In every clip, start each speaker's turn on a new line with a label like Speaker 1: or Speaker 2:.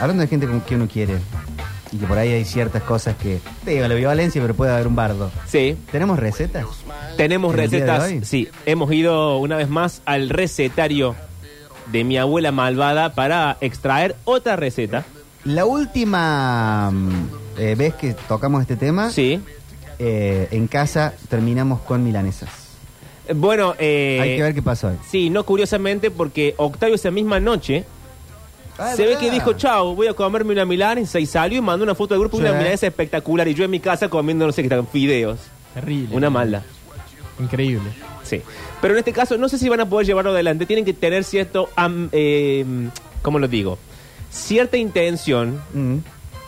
Speaker 1: Hablando de gente con que uno quiere. Y que por ahí hay ciertas cosas que. Te digo, la violencia, pero puede haber un bardo.
Speaker 2: Sí,
Speaker 1: ¿Tenemos recetas?
Speaker 2: tenemos
Speaker 1: ¿En el día de
Speaker 2: recetas.
Speaker 1: hoy?
Speaker 2: Sí, hemos ido una vez más al recetario de mi abuela malvada para extraer otra receta.
Speaker 1: La última mm, eh, vez que tocamos este tema,
Speaker 2: Sí.
Speaker 1: eh, en casa terminamos con milanesas.
Speaker 2: Bueno, eh,
Speaker 1: Hay que ver qué pasó hoy.
Speaker 2: sí, no curiosamente porque Octavio esa misma noche
Speaker 1: Ah, es
Speaker 2: se ve
Speaker 1: verdad.
Speaker 2: que dijo, chao, voy a comerme una milanesa y salió y mandó una foto del grupo de
Speaker 1: Sí.
Speaker 2: una milanesa espectacular y yo en mi casa comiendo, no sé qué están, fideos.
Speaker 3: Terrible.
Speaker 2: Una mala.
Speaker 3: Increíble.
Speaker 2: Sí. Pero en este caso, no sé si van a poder llevarlo adelante. Tienen que tener cierto. am- eh, ¿Cómo lo digo? Cierta intención
Speaker 1: Mm.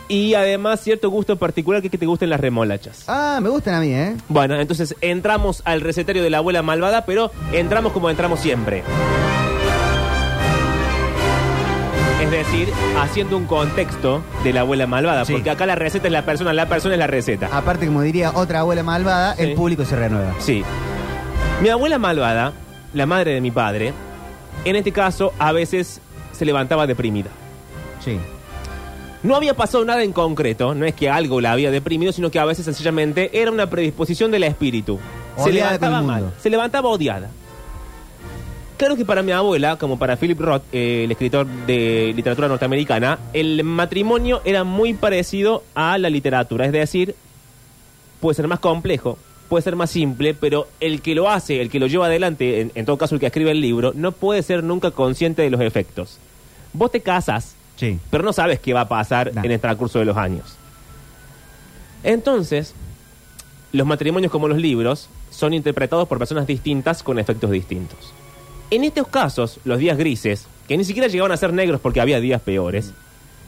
Speaker 2: y además cierto gusto particular que, es que te gusten las remolachas.
Speaker 1: Ah, me gustan a mí, ¿eh?
Speaker 2: Bueno, entonces entramos al recetario de la abuela malvada, pero entramos como entramos siempre. Es decir, haciendo un contexto de la abuela malvada,
Speaker 1: Sí.
Speaker 2: porque acá la receta es la persona, la persona es la receta.
Speaker 1: Aparte, como diría otra abuela malvada,
Speaker 2: Sí.
Speaker 1: el público se renueva.
Speaker 2: Sí. Mi abuela malvada, la madre de mi padre, en este caso a veces se levantaba deprimida.
Speaker 1: Sí.
Speaker 2: No había pasado nada en concreto, no es que algo la había deprimido, sino que a veces sencillamente era una predisposición del espíritu. se
Speaker 1: Odiada con
Speaker 2: levantaba
Speaker 1: el
Speaker 2: mal,
Speaker 1: mundo.
Speaker 2: se levantaba odiada. Claro que para mi abuela, como para Philip Roth, eh, el escritor de literatura norteamericana, el matrimonio era muy parecido a la literatura, es decir, puede ser más complejo, puede ser más simple, pero el que lo hace, el que lo lleva adelante, en, en todo caso el que escribe el libro, no puede ser nunca consciente de los efectos. Vos te casas,
Speaker 1: Sí.
Speaker 2: pero no sabes qué va a pasar
Speaker 1: No.
Speaker 2: en el transcurso de los años. Entonces, los matrimonios como los libros son interpretados por personas distintas con efectos distintos. En estos casos, los días grises, que ni siquiera llegaban a ser negros porque había días peores,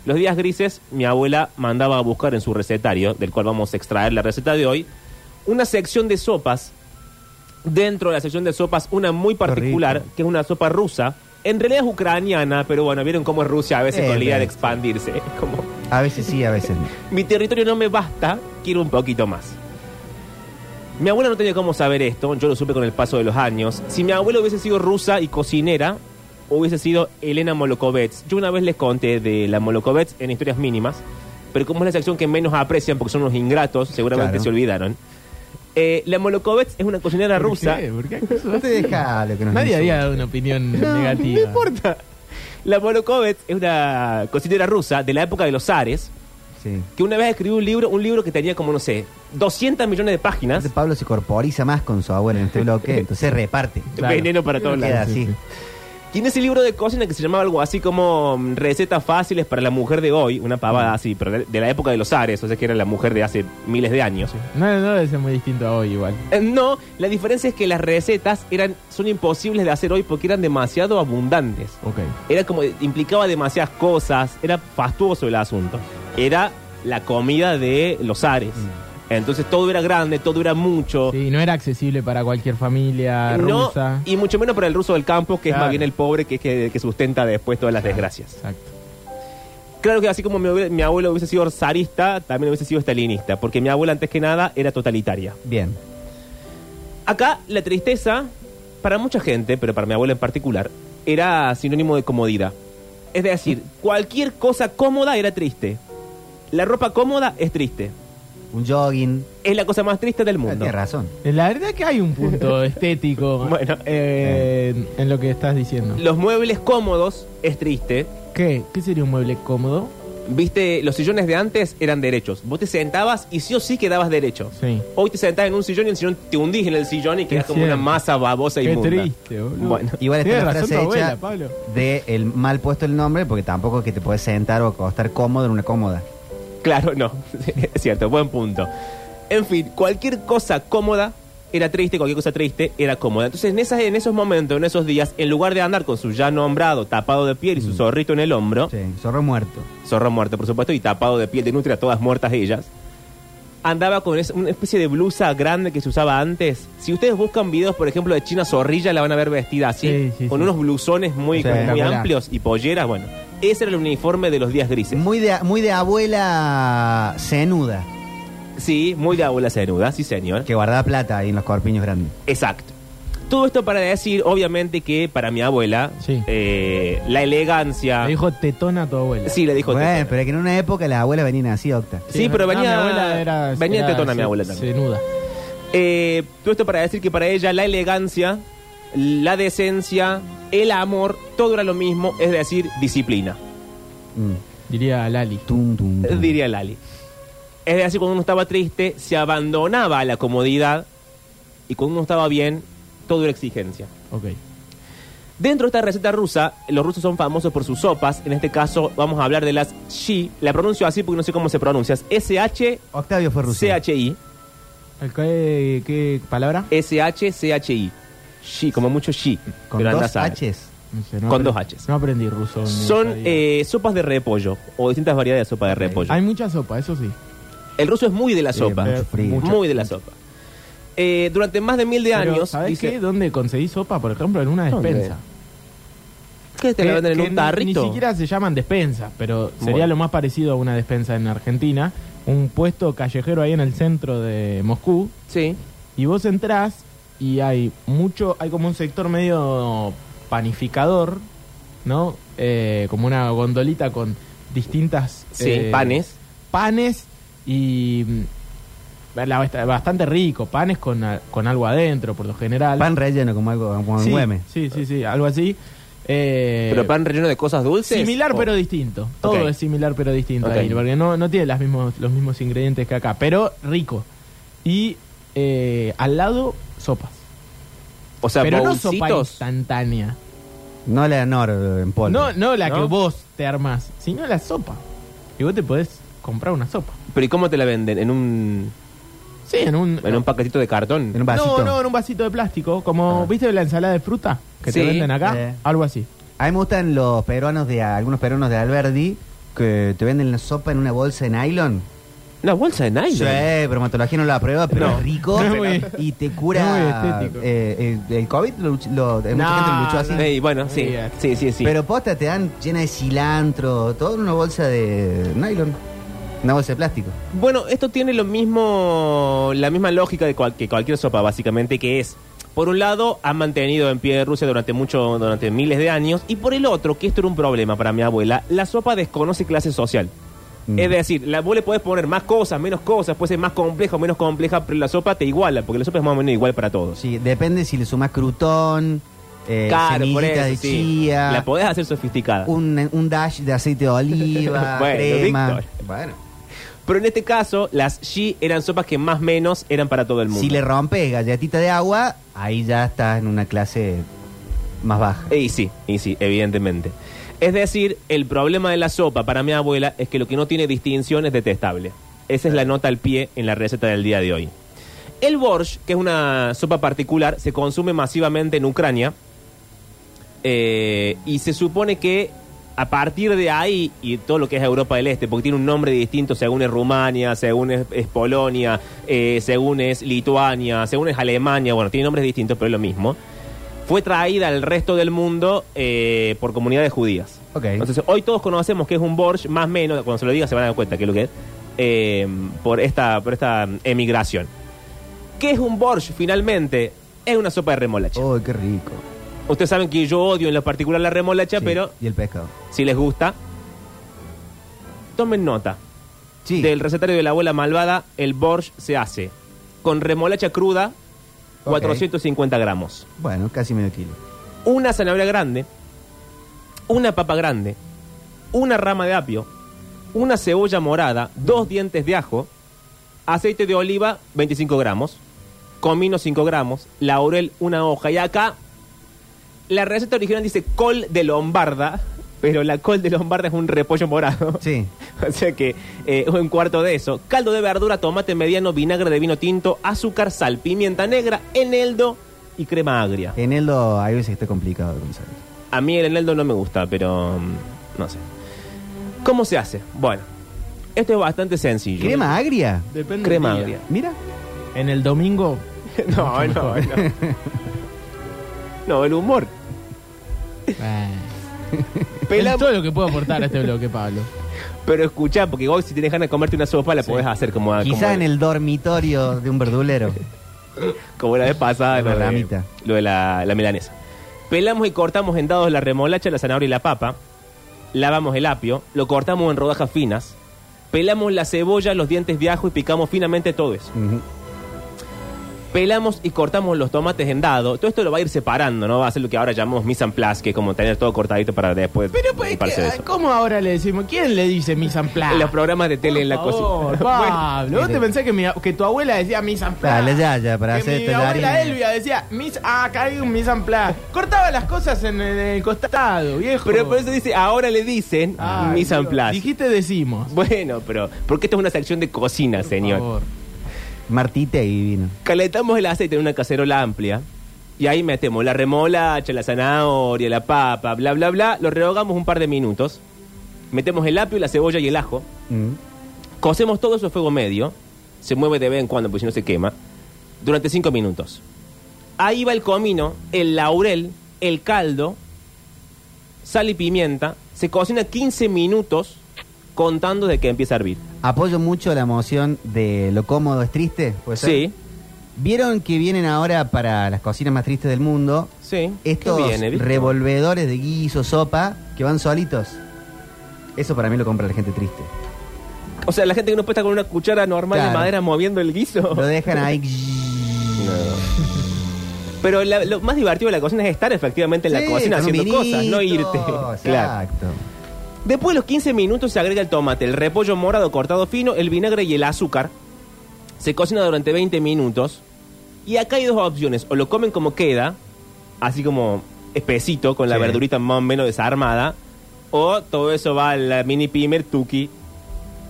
Speaker 2: los días grises mi abuela mandaba a buscar en su recetario, del cual vamos a extraer la receta de hoy, una sección de sopas. Dentro de la sección de sopas, una muy particular,
Speaker 1: rico.
Speaker 2: que es una sopa rusa. En realidad es ucraniana, pero bueno, vieron cómo es Rusia a veces
Speaker 1: Eh,
Speaker 2: con la idea de
Speaker 1: ve.
Speaker 2: expandirse. Es como,
Speaker 1: A veces sí, a veces no.
Speaker 2: mi territorio no me basta, quiero un poquito más. Mi abuela no tenía cómo saber esto, yo lo supe con el paso de los años. Si mi abuela hubiese sido rusa y cocinera, hubiese sido Elena Molokovets. Yo una vez les conté de la Molokovets en historias mínimas, pero como es la sección que menos aprecian porque son unos ingratos, seguramente
Speaker 1: Claro.
Speaker 2: se olvidaron. Eh, la Molokovets es una cocinera
Speaker 3: ¿Por
Speaker 2: rusa.
Speaker 3: qué? ¿Por qué acaso?
Speaker 1: No te deja lo que nos
Speaker 3: Nadie
Speaker 1: hizo.
Speaker 3: había dado una opinión
Speaker 2: No,
Speaker 3: negativa.
Speaker 2: No importa. La Molokovets es una cocinera rusa de la época de los zares,
Speaker 1: Sí.
Speaker 2: que una vez escribió un libro, un libro que tenía como, no sé, 200 millones de páginas.
Speaker 1: Aparte, Pablo se corporiza más con su abuela en este bloque, entonces reparte.
Speaker 3: Claro.
Speaker 2: Veneno para
Speaker 1: No
Speaker 2: todos
Speaker 1: queda
Speaker 2: lados.
Speaker 1: así.
Speaker 2: Tiene ese libro de cocina que se llamaba algo así como mm, Recetas fáciles para la mujer de hoy, una pavada así, pero de- de la época de los Ares, o sea que era la mujer de hace miles de años.
Speaker 3: No, no debe ser muy distinto a hoy igual.
Speaker 2: Eh, No, la diferencia es que las recetas eran, son imposibles de hacer hoy porque eran demasiado abundantes.
Speaker 3: Ok.
Speaker 2: Era como, implicaba demasiadas cosas, era fastuoso el asunto. Era la comida de los Ares. Entonces todo era grande, todo era mucho.
Speaker 3: Mm. Sí, no era accesible para cualquier familia
Speaker 2: No,
Speaker 3: Ah, rusa.
Speaker 2: y mucho menos para el ruso del campo, que es
Speaker 3: Claro.
Speaker 2: más bien el pobre que, que, que sustenta después todas las desgracias.
Speaker 3: Exacto.
Speaker 2: Claro que así como mi, abue- mi abuelo hubiese sido zarista, también hubiese sido stalinista, porque mi abuela antes que nada era totalitaria.
Speaker 1: Bien.
Speaker 2: Acá la tristeza, para mucha gente, pero para mi abuela en particular, era sinónimo de comodidad. Es decir, cualquier cosa cómoda era triste. La ropa cómoda es triste.
Speaker 1: Un jogging.
Speaker 2: Es la cosa más triste del
Speaker 1: Ah,
Speaker 2: mundo.
Speaker 1: Tienes razón.
Speaker 3: La verdad que hay un punto estético
Speaker 2: Bueno.
Speaker 3: eh, en- en lo que estás diciendo.
Speaker 2: Los muebles cómodos es triste.
Speaker 3: ¿Qué? ¿Qué sería un mueble cómodo?
Speaker 2: Viste, los sillones de antes eran derechos. Vos te sentabas y sí o sí quedabas derecho.
Speaker 3: Sí.
Speaker 2: Hoy te sentás en un sillón y el sillón te hundís en el sillón y quedás
Speaker 3: Es
Speaker 2: como una
Speaker 3: cierto.
Speaker 2: masa babosa y
Speaker 3: Qué
Speaker 2: inmunda.
Speaker 3: triste, boludo.
Speaker 2: Bueno,
Speaker 1: Igual está
Speaker 3: Tienes
Speaker 1: la
Speaker 3: razón
Speaker 1: frase
Speaker 3: tu abuela,
Speaker 1: hecha
Speaker 3: Pablo.
Speaker 1: de el mal puesto el nombre, porque tampoco es que te puedes sentar o acostar cómodo en una cómoda.
Speaker 2: claro, no. es cierto, buen punto. En fin, cualquier cosa cómoda era triste, cualquier cosa triste era cómoda. Entonces, en, esas, en esos momentos, en esos días, en lugar de andar con su ya nombrado tapado de piel y su
Speaker 3: Mm.
Speaker 2: zorrito en el hombro,
Speaker 1: Sí, zorro muerto.
Speaker 2: zorro muerto, por supuesto, y tapado de piel de nutria, todas muertas ellas. Andaba con es- una especie de blusa grande que se usaba antes. Si ustedes buscan videos, por ejemplo, de China Zorrilla, la van a ver vestida así,
Speaker 3: Sí, sí,
Speaker 2: con
Speaker 3: sí.
Speaker 2: unos blusones muy,
Speaker 1: Sí.
Speaker 2: muy
Speaker 3: Espectacular.
Speaker 2: amplios y polleras. Bueno, ese era el uniforme de los días grises.
Speaker 1: Muy de, muy de abuela cenuda,
Speaker 2: sí, muy de abuela cenuda, sí, señor.
Speaker 1: que guardaba plata ahí en los corpiños grandes.
Speaker 2: Exacto. Todo esto para decir, obviamente, que para mi abuela,
Speaker 3: Sí.
Speaker 2: eh, la elegancia.
Speaker 3: Le dijo tetona a tu abuela.
Speaker 2: Ah. Sí, le dijo.
Speaker 1: Bueno,
Speaker 2: tetona.
Speaker 1: pero es que en una época las abuelas venían así, Octa.
Speaker 2: Sí, pero venía- venía tetona mi
Speaker 3: se-
Speaker 2: abuela también.
Speaker 3: Senuda.
Speaker 2: Eh, todo esto para decir que para ella la elegancia, la decencia, el amor, todo era lo mismo, es decir, disciplina,
Speaker 1: Mm.
Speaker 3: Diría Lali.
Speaker 1: Tum, tum, tum.
Speaker 2: diría Lali. Es decir, cuando uno estaba triste, se abandonaba a la comodidad y cuando uno estaba bien, todo era exigencia.
Speaker 3: Ok.
Speaker 2: Dentro de esta receta rusa, los rusos son famosos por sus sopas. En este caso, vamos a hablar de las shi. La pronuncio así porque no sé cómo se pronuncia. Es S-H-C-H-I.
Speaker 1: Octavio fue ruso.
Speaker 3: ¿Qué, qué palabra?
Speaker 2: S-H-C-H-I. Shi, como mucho shi.
Speaker 1: Con
Speaker 2: pero andá a
Speaker 1: dos
Speaker 2: saber.
Speaker 1: H's.
Speaker 3: No sé, no
Speaker 2: Con
Speaker 3: aprendí-
Speaker 2: dos Hs.
Speaker 3: No aprendí ruso. en mi
Speaker 2: Son
Speaker 3: estadía.
Speaker 2: eh, sopas de repollo o distintas variedades de sopa de repollo.
Speaker 3: Hay mucha sopa, eso sí.
Speaker 2: El ruso es muy de la
Speaker 1: Sí,
Speaker 2: sopa.
Speaker 1: mucho
Speaker 3: Eh,
Speaker 1: frío.
Speaker 3: mucho.
Speaker 2: Muy de la sopa. Eh, durante más de mil de
Speaker 3: Pero,
Speaker 2: años.
Speaker 3: ¿Sabes
Speaker 2: dice-
Speaker 3: qué? ¿Dónde conseguí sopa? Por ejemplo, en una
Speaker 2: ¿Dónde?
Speaker 3: despensa.
Speaker 2: ¿Qué te la
Speaker 3: Que-
Speaker 2: venden en
Speaker 3: que
Speaker 2: un
Speaker 3: ni-
Speaker 2: tarrito?
Speaker 3: Ni siquiera se llaman despensas, pero sería
Speaker 2: Bueno.
Speaker 3: lo más parecido a una despensa en Argentina. Un puesto callejero ahí en el centro de Moscú.
Speaker 2: Sí.
Speaker 3: Y vos entrás y hay mucho, hay como un sector medio panificador, ¿no? Eh, como una gondolita con distintas...
Speaker 2: Sí,
Speaker 3: eh,
Speaker 2: panes.
Speaker 3: Panes y... mm, la- bast- Bastante rico, panes con, a- con algo adentro, por lo general.
Speaker 1: Pan relleno como algo, como un
Speaker 3: sí,
Speaker 1: hueme.
Speaker 3: sí, sí, sí, algo así. Eh,
Speaker 2: ¿Pero pan relleno de cosas dulces?
Speaker 3: Similar
Speaker 2: o-
Speaker 3: pero distinto. Todo
Speaker 2: Ok.
Speaker 3: es similar pero distinto
Speaker 2: Ok.
Speaker 3: ahí, porque no, no tiene las mismos, los mismos ingredientes que acá, pero rico. Y eh, al lado, sopas.
Speaker 2: O sea,
Speaker 3: pero no sopa
Speaker 2: bolsitos.
Speaker 3: instantánea.
Speaker 1: No la Nor en polvo.
Speaker 3: No, no la
Speaker 2: ¿No?
Speaker 3: que vos te armás, sino la sopa. Y vos te podés comprar una sopa.
Speaker 2: ¿Pero y cómo te la venden? ¿En un,
Speaker 3: Sí, en un...
Speaker 2: en un paquetito de cartón?
Speaker 1: En un vasito.
Speaker 3: No, no, en un vasito de plástico, como,
Speaker 2: Ah.
Speaker 3: ¿viste la ensalada de fruta que
Speaker 2: Sí.
Speaker 3: te venden acá?
Speaker 1: Eh.
Speaker 3: Algo así.
Speaker 1: A mí me gustan los peruanos de algunos peruanos de Alberdi que te venden la sopa en una bolsa de nylon.
Speaker 2: Una bolsa de nylon.
Speaker 1: Sí, bromatología no la aprueba, pero
Speaker 2: No.
Speaker 1: es rico
Speaker 3: No es muy-
Speaker 1: y te cura.
Speaker 3: no es muy estético.
Speaker 1: eh, eh, el COVID lo, lo- eh, mucha
Speaker 3: No,
Speaker 1: gente lo luchó así.
Speaker 3: no.
Speaker 2: Ey, bueno, sí,
Speaker 3: Mira.
Speaker 2: sí, sí, sí.
Speaker 1: Pero posta te dan llena de cilantro, todo en una bolsa de nylon. Una bolsa de plástico.
Speaker 2: Bueno, esto tiene lo mismo, la misma lógica de cual- que cualquier sopa, básicamente, que es, por un lado, han mantenido en pie Rusia durante mucho, durante miles de años, y por el otro, que esto era un problema para mi abuela, la sopa desconoce clase social.
Speaker 1: Mm.
Speaker 2: Es decir, la, vos le podés poner más cosas, menos cosas, puede ser más compleja o menos compleja, pero la sopa te iguala, porque la sopa es más o menos igual para todos.
Speaker 1: Sí, depende si le sumás crutón, eh,
Speaker 2: por
Speaker 1: semillitas
Speaker 2: eso,
Speaker 1: de
Speaker 2: sí.
Speaker 1: chía, Uh.
Speaker 2: La podés hacer sofisticada.
Speaker 1: un, un dash de aceite de oliva,
Speaker 2: Bueno,
Speaker 1: crema.
Speaker 2: Víctor.
Speaker 1: Bueno.
Speaker 2: Pero en este caso, las shi eran sopas que más menos eran para todo el mundo.
Speaker 1: Si le rompes galletita de agua, ahí ya estás en una clase más baja.
Speaker 2: Y sí, y sí, evidentemente. Es decir, el problema de la sopa para mi abuela es que lo que no tiene distinción es detestable. Esa es la nota al pie en la receta del día de hoy. El borsch, que es una sopa particular, se consume masivamente en Ucrania. Eh, y se supone que a partir de ahí, y todo lo que es Europa del Este, porque tiene un nombre distinto según es Rumania, según es, es Polonia, eh, según es Lituania, según es Alemania, bueno, tiene nombres distintos, pero es lo mismo, fue traída al resto del mundo eh, por comunidades judías.
Speaker 1: Ok.
Speaker 2: Entonces, hoy todos conocemos que es un Borsch, más o menos, cuando se lo diga se van a dar cuenta que es lo que es, eh, por, esta, por esta emigración. ¿Qué es un Borsch finalmente? Es una sopa de remolacha.
Speaker 1: Oh, qué rico.
Speaker 2: Ustedes saben que yo odio en lo particular la remolacha,
Speaker 1: Sí,
Speaker 2: pero
Speaker 1: Y el pescado.
Speaker 2: si les gusta, tomen nota.
Speaker 1: Sí.
Speaker 2: Del recetario de la abuela malvada, el borsch se hace con remolacha cruda,
Speaker 1: Ok.
Speaker 2: 450 gramos.
Speaker 1: Bueno, casi medio kilo.
Speaker 2: Una zanahoria grande, una papa grande, una rama de apio, una cebolla morada, dos dientes de ajo, aceite de oliva, 25 gramos, comino, 5 gramos, laurel, una hoja. Y acá, la receta original dice col de lombarda, pero la col de lombarda es un repollo morado.
Speaker 1: Sí.
Speaker 2: O sea que eh, un cuarto de eso. Caldo de verdura, tomate mediano, vinagre de vino tinto, azúcar, sal, pimienta negra, eneldo y crema agria.
Speaker 1: Eneldo, hay veces que está complicado de pensar.
Speaker 2: A mí el eneldo no me gusta, pero mm, no sé. ¿Cómo se hace? Bueno, esto es bastante sencillo.
Speaker 1: ¿Crema agria?
Speaker 3: Depende
Speaker 2: Crema
Speaker 3: del
Speaker 2: agria.
Speaker 3: día.
Speaker 1: Mira.
Speaker 3: En el domingo...
Speaker 2: No, no, no. No, el humor.
Speaker 3: eh,
Speaker 2: Pela-
Speaker 3: es todo lo que puedo aportar a este bloque, Pablo.
Speaker 2: pero escuchá, Ah, porque vos si tenés ganas de comerte una sopa la podés hacer como...
Speaker 1: Quizás
Speaker 2: como-
Speaker 1: en el dormitorio de un verdulero.
Speaker 2: Como la vez pasada,
Speaker 1: La
Speaker 2: lo de-
Speaker 1: ramita.
Speaker 2: lo de la, la milanesa. Pelamos y cortamos en dados la remolacha, la zanahoria y la papa. Lavamos el apio, lo cortamos en rodajas finas. Pelamos la cebolla, los dientes de ajo y picamos finamente todo eso.
Speaker 1: Ujú.
Speaker 2: Pelamos y cortamos los tomates en dado. Todo esto lo va a ir separando, ¿no? Va a ser lo que ahora llamamos mise en place, que es como tener todo cortadito para después.
Speaker 3: Pero, pues,
Speaker 2: ocuparse de
Speaker 3: ¿qué-
Speaker 2: eso.
Speaker 3: ¿cómo ahora le decimos? ¿Quién le dice mise en place?
Speaker 2: En los programas de tele en la
Speaker 3: Por favor,
Speaker 2: cocina.
Speaker 3: Pablo, ¿vos
Speaker 1: mire.
Speaker 3: te pensás que, mi- que tu abuela decía mise en place?
Speaker 1: Dale, ya, ya, para
Speaker 3: que
Speaker 1: hacer
Speaker 3: mi
Speaker 1: esta
Speaker 3: abuela
Speaker 1: harina.
Speaker 3: Elvia decía, mis, ah, acá hay un mise en place. Cortaba las cosas en, el- en el costado, viejo.
Speaker 2: Pero por eso dice, ahora le dicen
Speaker 3: Ah,
Speaker 2: mise en
Speaker 3: Dios,
Speaker 2: place.
Speaker 3: Dijiste decimos.
Speaker 2: Bueno, pero porque esto es una sección de cocina, señor.
Speaker 3: Por favor.
Speaker 1: Martita y vino.
Speaker 2: Calentamos el aceite en una cacerola amplia y ahí metemos la remolacha, la zanahoria, la papa, bla, bla, bla. Lo rehogamos un par de minutos. Metemos el apio, la cebolla y el ajo.
Speaker 1: Mm.
Speaker 2: Cocemos todo eso a fuego medio. Se mueve de vez en cuando, porque si no se quema. Durante cinco minutos. Ahí va el comino, el laurel, el caldo, sal y pimienta. Se cocina 15 minutos contando de que empieza a hervir.
Speaker 1: Apoyo mucho la moción de lo cómodo es triste. ¿puede ser?
Speaker 2: Sí,
Speaker 1: ¿Vieron que vienen ahora para las cocinas más tristes del mundo?
Speaker 2: sí. ¿Qué ¿eh?
Speaker 1: Estos
Speaker 2: viene, Víctor?
Speaker 1: revolvedores de guiso, sopa, que van solitos. Eso para mí lo compra la gente triste.
Speaker 2: O sea, la gente que no puede estar con una cuchara normal de
Speaker 1: Claro.
Speaker 2: madera moviendo el guiso.
Speaker 1: Lo dejan ahí.
Speaker 2: Pero la- lo más divertido de la cocina es estar efectivamente en la
Speaker 1: Sí,
Speaker 2: cocina
Speaker 1: con un
Speaker 2: haciendo cosas, no
Speaker 1: vinito,
Speaker 2: irte. Claro.
Speaker 1: Exacto.
Speaker 2: Después de los 15 minutos se agrega el tomate, el repollo morado cortado fino, el vinagre y el azúcar. Se cocina durante 20 minutos. Y acá hay dos opciones. O lo comen como queda, así como espesito, con la
Speaker 1: Sí.
Speaker 2: verdurita más o menos desarmada. O todo eso va a la mini pimer tuki.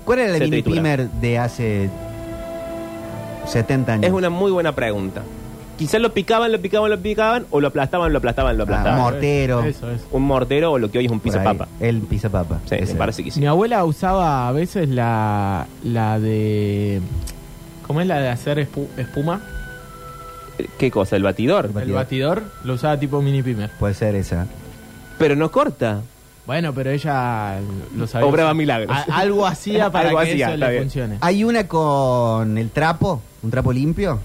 Speaker 1: ¿Cuál era
Speaker 2: Se
Speaker 1: el mini
Speaker 2: tritura.
Speaker 1: primer de hace 70 años?
Speaker 2: Es una muy buena pregunta. Quizás lo picaban, lo picaban, lo picaban, o lo aplastaban, lo aplastaban, lo
Speaker 1: Ah,
Speaker 2: aplastaban.
Speaker 1: amor. Mortero.
Speaker 3: Eso, eso.
Speaker 2: un mortero o lo que hoy es un
Speaker 1: Por
Speaker 2: pizza
Speaker 1: ahí.
Speaker 2: papa.
Speaker 1: El pizza papa.
Speaker 2: Sí, me
Speaker 1: Ese.
Speaker 2: parece que sí.
Speaker 3: Mi abuela usaba a veces la, la de... ¿Cómo es la de hacer espu- espuma?
Speaker 2: ¿Qué cosa? El batidor.
Speaker 1: batidor.
Speaker 3: El batidor. Lo usaba tipo mini pimer.
Speaker 1: Puede ser esa.
Speaker 2: Pero no corta.
Speaker 3: Bueno, pero ella lo sabía.
Speaker 2: Obraba
Speaker 3: usar.
Speaker 2: milagros.
Speaker 3: A- algo hacía para
Speaker 2: Algo
Speaker 3: que
Speaker 2: hacía,
Speaker 3: eso
Speaker 2: está
Speaker 3: le
Speaker 2: bien.
Speaker 3: funcione.
Speaker 1: Hay una con el trapo, un trapo limpio,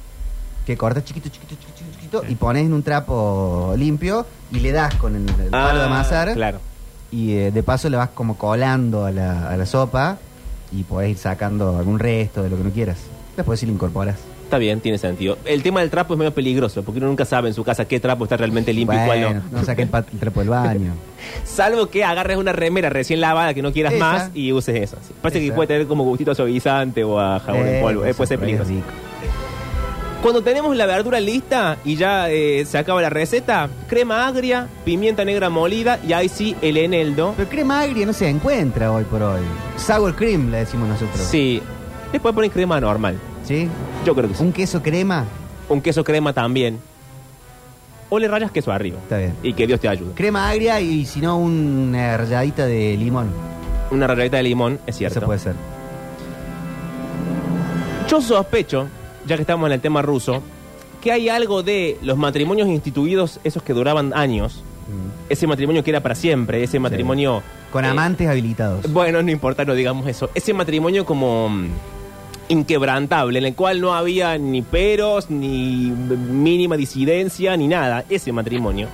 Speaker 1: que cortas chiquito, chiquito, chiquito, chiquito, y pones en un trapo limpio y le das con el, el palo de amasar.
Speaker 2: Ah, Claro.
Speaker 1: Y eh, de paso le vas como colando a la, a la sopa y podés ir sacando algún resto de lo que no quieras. Después sí lo incorporas.
Speaker 2: Está bien, tiene sentido. El tema del trapo es medio peligroso, porque uno nunca sabe en su casa qué trapo está realmente limpio y cuál
Speaker 1: bueno,
Speaker 2: no.
Speaker 1: no saques el, pat- el trapo del baño.
Speaker 2: Salvo que agarres una remera recién lavada que no quieras
Speaker 1: Esa.
Speaker 2: más y uses esa. sí. Parece que
Speaker 1: Esa.
Speaker 2: puede tener como gustito a suavizante o a jabón en polvo. Eh,
Speaker 1: Eh,
Speaker 2: puede ser
Speaker 1: por ahí es
Speaker 2: peligroso.
Speaker 1: rico.
Speaker 2: Cuando tenemos la verdura lista y ya eh, se acaba la receta, crema agria, pimienta negra molida y ahí sí el eneldo.
Speaker 1: Pero crema agria no se encuentra hoy por hoy. Sour cream le decimos nosotros.
Speaker 2: Sí. Después ponen crema normal.
Speaker 1: ¿Sí?
Speaker 2: Yo creo que sí.
Speaker 1: Un queso crema,
Speaker 2: Un queso crema también. O le rayas queso arriba.
Speaker 1: está bien.
Speaker 2: Y que Dios te ayude.
Speaker 1: Crema agria y si no una ralladita de limón.
Speaker 2: Una rayadita de limón, es
Speaker 1: Eso
Speaker 2: cierto.
Speaker 1: puede ser.
Speaker 2: Yo sospecho, ya que estamos en el tema ruso, que hay algo de los matrimonios instituidos, esos que duraban años,
Speaker 1: Mm.
Speaker 2: ese matrimonio que era para siempre, ese matrimonio...
Speaker 1: Con
Speaker 2: Eh,
Speaker 1: amantes habilitados.
Speaker 2: Bueno, no importa, no digamos eso. Ese matrimonio como mm, inquebrantable, en el cual no había ni peros, ni mínima disidencia, ni nada. Ese matrimonio.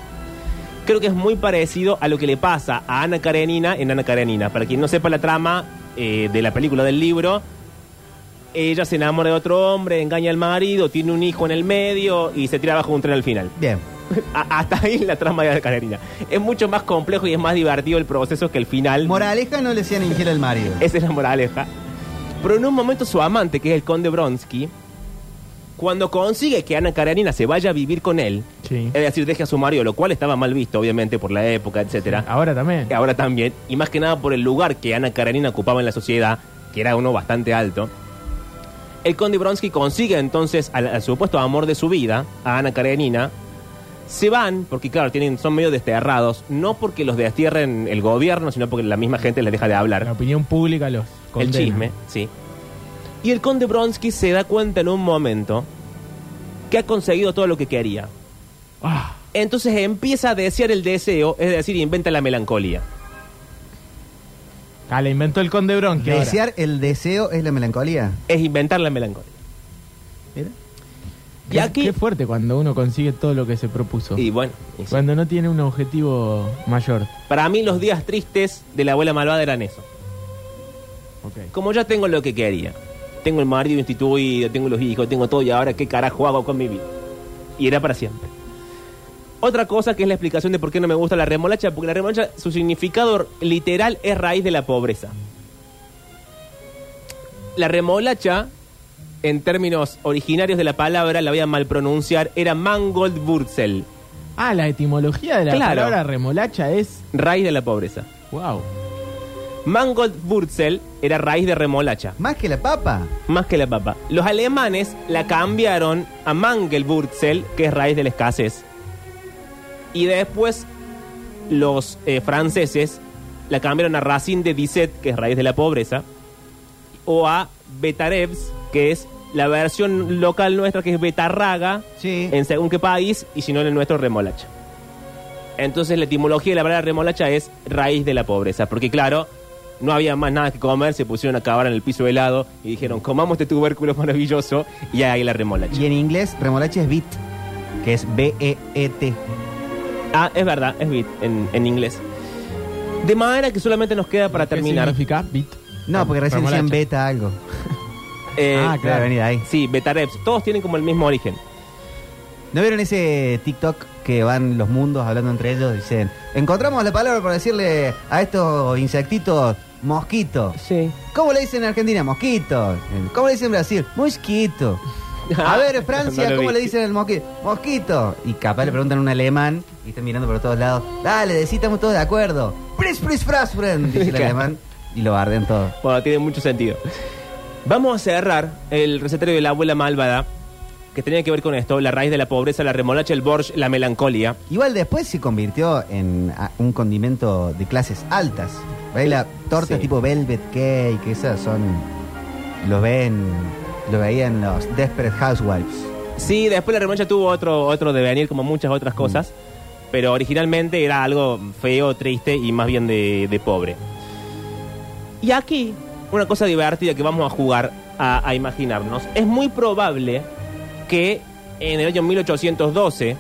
Speaker 2: Creo que es muy parecido a lo que le pasa a Ana Karenina en Ana Karenina. Para quien no sepa la trama eh, de la película del libro, ella se enamora de otro hombre, engaña al marido, tiene un hijo en el medio y se tira bajo un tren al final.
Speaker 1: Bien.
Speaker 2: A- hasta ahí la trama de Ana Karenina. Es mucho más complejo y es más divertido el proceso que el final.
Speaker 1: Moraleja no le sean infiel al marido.
Speaker 2: Esa es la moraleja. Pero en un momento su amante, que es el conde Bronsky, cuando consigue que Ana Karenina se vaya a vivir con él,
Speaker 3: Sí.
Speaker 2: es decir, deje a su marido, lo cual estaba mal visto, obviamente, por la época, etcétera.
Speaker 3: Ahora también.
Speaker 2: Y Ahora también, y más que nada por el lugar que Ana Karenina ocupaba en la sociedad, que era uno bastante alto. El conde Bronsky consigue entonces al, al supuesto amor de su vida, a Ana Karenina. Se van, porque claro, tienen, son medio desterrados, no porque los destierren el gobierno, sino porque la misma gente les deja de hablar
Speaker 3: La opinión pública los condena.
Speaker 2: el chisme, sí. Y el conde Bronsky se da cuenta en un momento que ha conseguido todo lo que quería.
Speaker 3: Ah,
Speaker 2: Entonces empieza a desear el deseo, es decir, inventa la melancolía.
Speaker 3: ah, la inventó el conde Bronqui. ahora.
Speaker 1: Desear el deseo es la melancolía.
Speaker 2: Es inventar la melancolía.
Speaker 1: Mira.
Speaker 2: Y aquí.
Speaker 3: Qué fuerte cuando uno consigue todo lo que se propuso.
Speaker 2: Y bueno, y sí.
Speaker 3: Cuando no tiene un objetivo mayor.
Speaker 2: para mí los días tristes de la abuela malvada eran eso. Como ya tengo lo que quería, tengo el marido instituido, tengo los hijos, tengo todo y ahora qué carajo hago con mi vida. Y era para siempre. Otra cosa que es la explicación de por qué no me gusta la remolacha, porque la remolacha, su significado literal es raíz de la pobreza. La remolacha, en términos originarios de la palabra, la voy a mal pronunciar, era Mangold Wurzel,
Speaker 3: Ah, la etimología de la
Speaker 2: Claro.
Speaker 3: palabra remolacha es.
Speaker 2: raíz de la pobreza.
Speaker 3: ¡Wow!
Speaker 2: Mangold Wurzel era raíz de remolacha.
Speaker 1: Más que la papa.
Speaker 2: Más que la papa. Los alemanes la cambiaron a Mangelwurzel, que es raíz de la escasez. Y después los eh, franceses la cambiaron a Racine de Disset, que es raíz de la pobreza. O a Betarevs, que es la versión local nuestra, que es Betarraga,
Speaker 1: Sí.
Speaker 2: en según qué país, y si no en el nuestro, remolacha. Entonces la etimología de la palabra remolacha es raíz de la pobreza, porque claro, no había más nada que comer, se pusieron a cavar en el piso helado y dijeron, comamos este tubérculo maravilloso, y ahí la remolacha.
Speaker 1: Y en inglés, remolacha es beet, que es E B-E-E-T.
Speaker 2: Ah, es verdad, es bit en, en inglés. De manera que solamente nos queda para
Speaker 3: ¿Qué
Speaker 2: terminar.
Speaker 3: significa bit?
Speaker 1: No, porque recién decían
Speaker 3: Remolacha.
Speaker 1: beta algo.
Speaker 2: eh,
Speaker 3: Ah,
Speaker 1: Ah, claro, venir ahí.
Speaker 2: Sí, betareps, todos tienen como el mismo origen.
Speaker 1: ¿No vieron ese TikTok que van los mundos hablando entre ellos? Dicen, encontramos la palabra para decirle a estos insectitos mosquitos.
Speaker 2: Sí.
Speaker 1: ¿Cómo le dicen en Argentina? Mosquitos. ¿Cómo le dicen en Brasil? Mosquito. A ver, Francia,
Speaker 2: No lo
Speaker 1: ¿cómo
Speaker 2: vi.
Speaker 1: le dicen el mosquito? Mosquito. Y capaz le preguntan a un alemán y están mirando por todos lados. Dale, decí, estamos todos de acuerdo. Pris, pris, fras, fren, dice el
Speaker 2: Claro.
Speaker 1: alemán. Y lo bardean todo.
Speaker 2: Bueno, tiene mucho sentido. Vamos a cerrar el recetario de la abuela malvada, que tenía que ver con esto, la raíz de la pobreza, la remolacha, el borsch, la melancolía.
Speaker 1: Igual después se convirtió en ah, un condimento de clases altas. ¿Veis? La torta
Speaker 2: Sí.
Speaker 1: tipo velvet cake, que esas son. Lo ven. Lo veían los Desperate Housewives.
Speaker 2: Sí, después la remolacha tuvo otro, otro devenir, como muchas otras cosas, pero originalmente era algo feo, triste y más bien de, de pobre. Y aquí, una cosa divertida que vamos a jugar a, a imaginarnos, es muy probable que en el año 1812,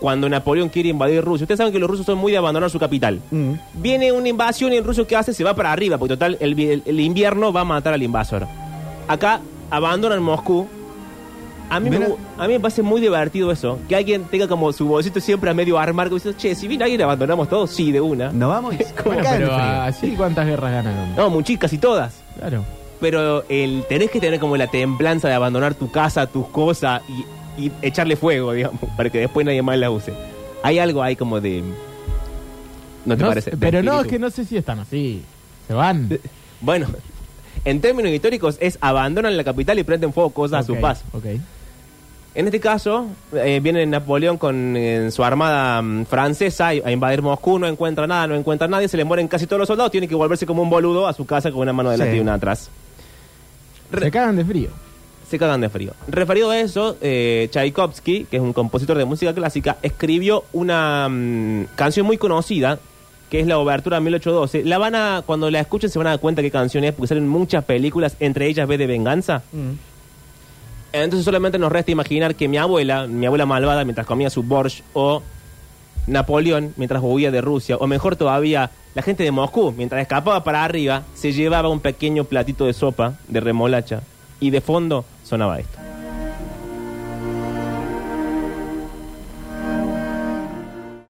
Speaker 2: cuando Napoleón quiere invadir Rusia, ustedes saben que los rusos son muy de abandonar su capital.
Speaker 1: Mm.
Speaker 2: Viene una invasión y el ruso que hace se va para arriba, porque total el, vi- el invierno va a matar al invasor. Acá abandonan Moscú. A mí, me,
Speaker 1: Mira.
Speaker 2: gu- a mí me parece muy divertido eso, que alguien tenga como su bolsito siempre a medio armar, que dice, che, si viene alguien abandonamos todo, sí, de una.
Speaker 1: ¿No vamos? Cagan
Speaker 3: Bueno,
Speaker 1: de
Speaker 3: pero
Speaker 1: frío.
Speaker 2: ah,
Speaker 3: así cuántas guerras ganaron.
Speaker 2: No, muchicas y todas.
Speaker 3: Claro.
Speaker 2: Pero el, tenés que tener como la templanza de abandonar tu casa, tus cosas y, y echarle fuego, digamos, para que después nadie más la use. Hay algo ahí como de... ¿No te
Speaker 3: No
Speaker 2: parece?
Speaker 3: sé,
Speaker 2: De
Speaker 3: pero no, es
Speaker 2: espíritu.
Speaker 3: que no sé si están así. Se van.
Speaker 2: Bueno, en términos históricos es abandonan la capital y prenden fuego cosas a
Speaker 3: Ok,
Speaker 2: su paso.
Speaker 3: Ok.
Speaker 2: En este caso, eh, viene Napoleón con eh, su armada mm, francesa y- a invadir Moscú, no encuentra nada, no encuentra nadie, se le mueren casi todos los soldados, tiene que volverse como un boludo a su casa con una mano delante
Speaker 1: Sí.
Speaker 2: y una atrás. Re-
Speaker 3: Se cagan de frío.
Speaker 2: se cagan de frío. Referido a eso, eh, Tchaikovsky, que es un compositor de música clásica, escribió una mm, canción muy conocida, que es la Obertura 1812. La van a, cuando la escuchen se van a dar cuenta qué canción es, porque salen muchas películas, entre ellas B de Venganza.
Speaker 1: Mm.
Speaker 2: Entonces solamente nos resta imaginar que mi abuela, mi abuela malvada, mientras comía su borsch, o Napoleón, mientras huía de Rusia, o mejor todavía, la gente de Moscú, mientras escapaba para arriba, se llevaba un pequeño platito de sopa de remolacha. Y de fondo sonaba esto.